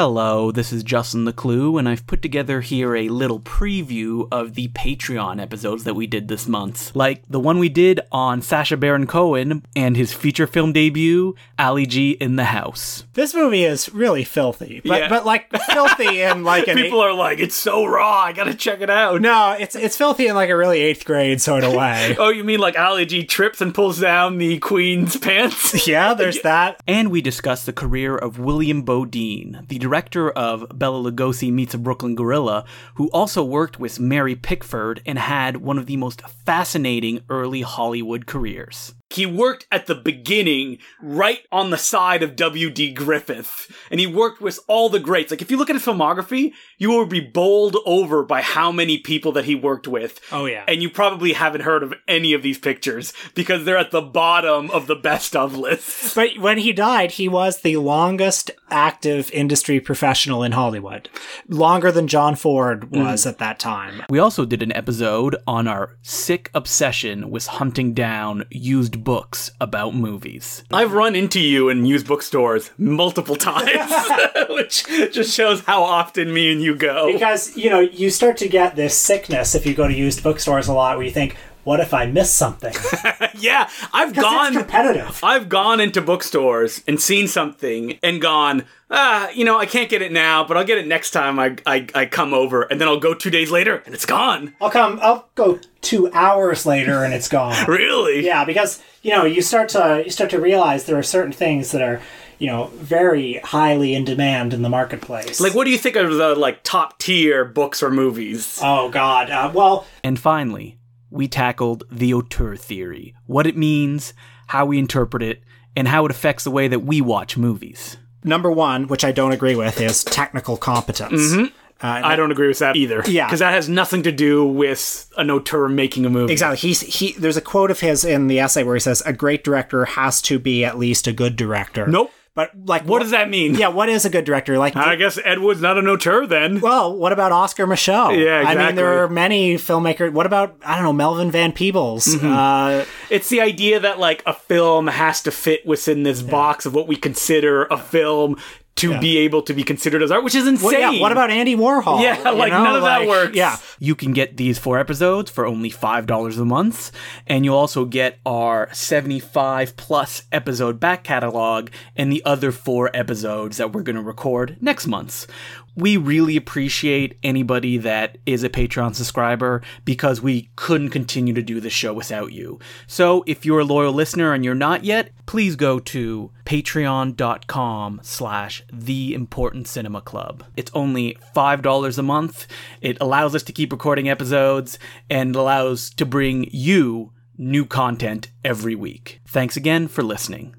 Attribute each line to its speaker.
Speaker 1: Hello, this is Justin the Clue, and I've put together here a little preview of the Patreon episodes that we did this month. Like the one we did on Sasha Baron Cohen and his feature film debut, Ali G in the House.
Speaker 2: This movie is really filthy, but
Speaker 1: Yeah.
Speaker 2: but like filthy in like an
Speaker 1: People are like, it's so raw, I gotta check it out.
Speaker 2: no, it's it's filthy in like a really eighth grade sort of way.
Speaker 1: Oh, you mean like Ali G trips and pulls down the Queen's pants?
Speaker 2: yeah, there's that.
Speaker 1: And we discuss the career of William Bodine, the director of Bella Lugosi Meets a Brooklyn Gorilla, who also worked with Mary Pickford and had one of the most fascinating early Hollywood careers.
Speaker 3: he worked at the beginning right on the side of W.D. Griffith. And he worked with all the greats. Like, if you look at his filmography, you will be bowled over by how many people that he worked with.
Speaker 2: Oh, yeah.
Speaker 3: And you probably haven't heard of any of these pictures because they're at the bottom of the best of lists.
Speaker 2: But when he died, he was the longest active industry professional in Hollywood, longer than John Ford
Speaker 1: Mm.
Speaker 2: was at that time.
Speaker 1: We also did an episode on our sick obsession with hunting down used books about movies.
Speaker 3: I've run into you in used bookstores multiple times, which just shows how often me and you go.
Speaker 2: Because you know, you start to get this sickness if you go to used bookstores a lot, where you think, "What if I miss something?"
Speaker 3: Yeah, I've gone.
Speaker 2: competitive.
Speaker 3: I've gone into bookstores and seen something and gone, ah, you know, I can't get it now, but I'll get it next time I, I, I come over. And then I'll go two days later and it's gone.
Speaker 2: I'll come. I'll go two hours later, and it's gone.
Speaker 3: Really?
Speaker 2: Yeah, because you know you start to you start to realize there are certain things that are you know very highly in demand in the marketplace.
Speaker 3: Like, what do you think are the, like, top tier books or movies?
Speaker 2: oh god, uh, well
Speaker 1: And finally, we tackled the auteur theory what it means, how we interpret it, and how it affects the way that we watch movies.
Speaker 2: number one, which I don't agree with, is technical competence. Uh,
Speaker 3: I don't agree with that either.
Speaker 2: Yeah.
Speaker 3: Because that has nothing to do with an auteur making a movie.
Speaker 2: Exactly. He's he. There's a quote of his in the essay where he says, "A great director has to be at least a good director."
Speaker 3: Nope.
Speaker 2: But like,
Speaker 3: What does that mean?
Speaker 2: Yeah, what is a good director? Like,
Speaker 3: I guess Ed Wood's not an auteur then.
Speaker 2: well, what about Oscar Michelle?
Speaker 3: Yeah,
Speaker 2: I mean, there
Speaker 3: exactly.
Speaker 2: are many filmmakers. What about I don't know Melvin Van Peebles? Uh,
Speaker 3: It's the idea that like a film has to fit within this box of what we consider a film to be able to be considered as art, which is insane.
Speaker 2: Well, yeah, what about Andy Warhol?
Speaker 3: Yeah,
Speaker 2: You
Speaker 3: like, none of that works.
Speaker 2: Yeah.
Speaker 1: You can get these four episodes for only $5 a month, and you'll also get our 75 plus episode back catalog and the other four episodes that we're going to record next month. We really appreciate anybody that is a Patreon subscriber because we couldn't continue to do this show without you. So if you're a loyal listener and you're not yet, please go to patreon.com slash the important cinema club it's only five dollars a month it allows us to keep recording episodes and allows to bring you new content every week thanks again for listening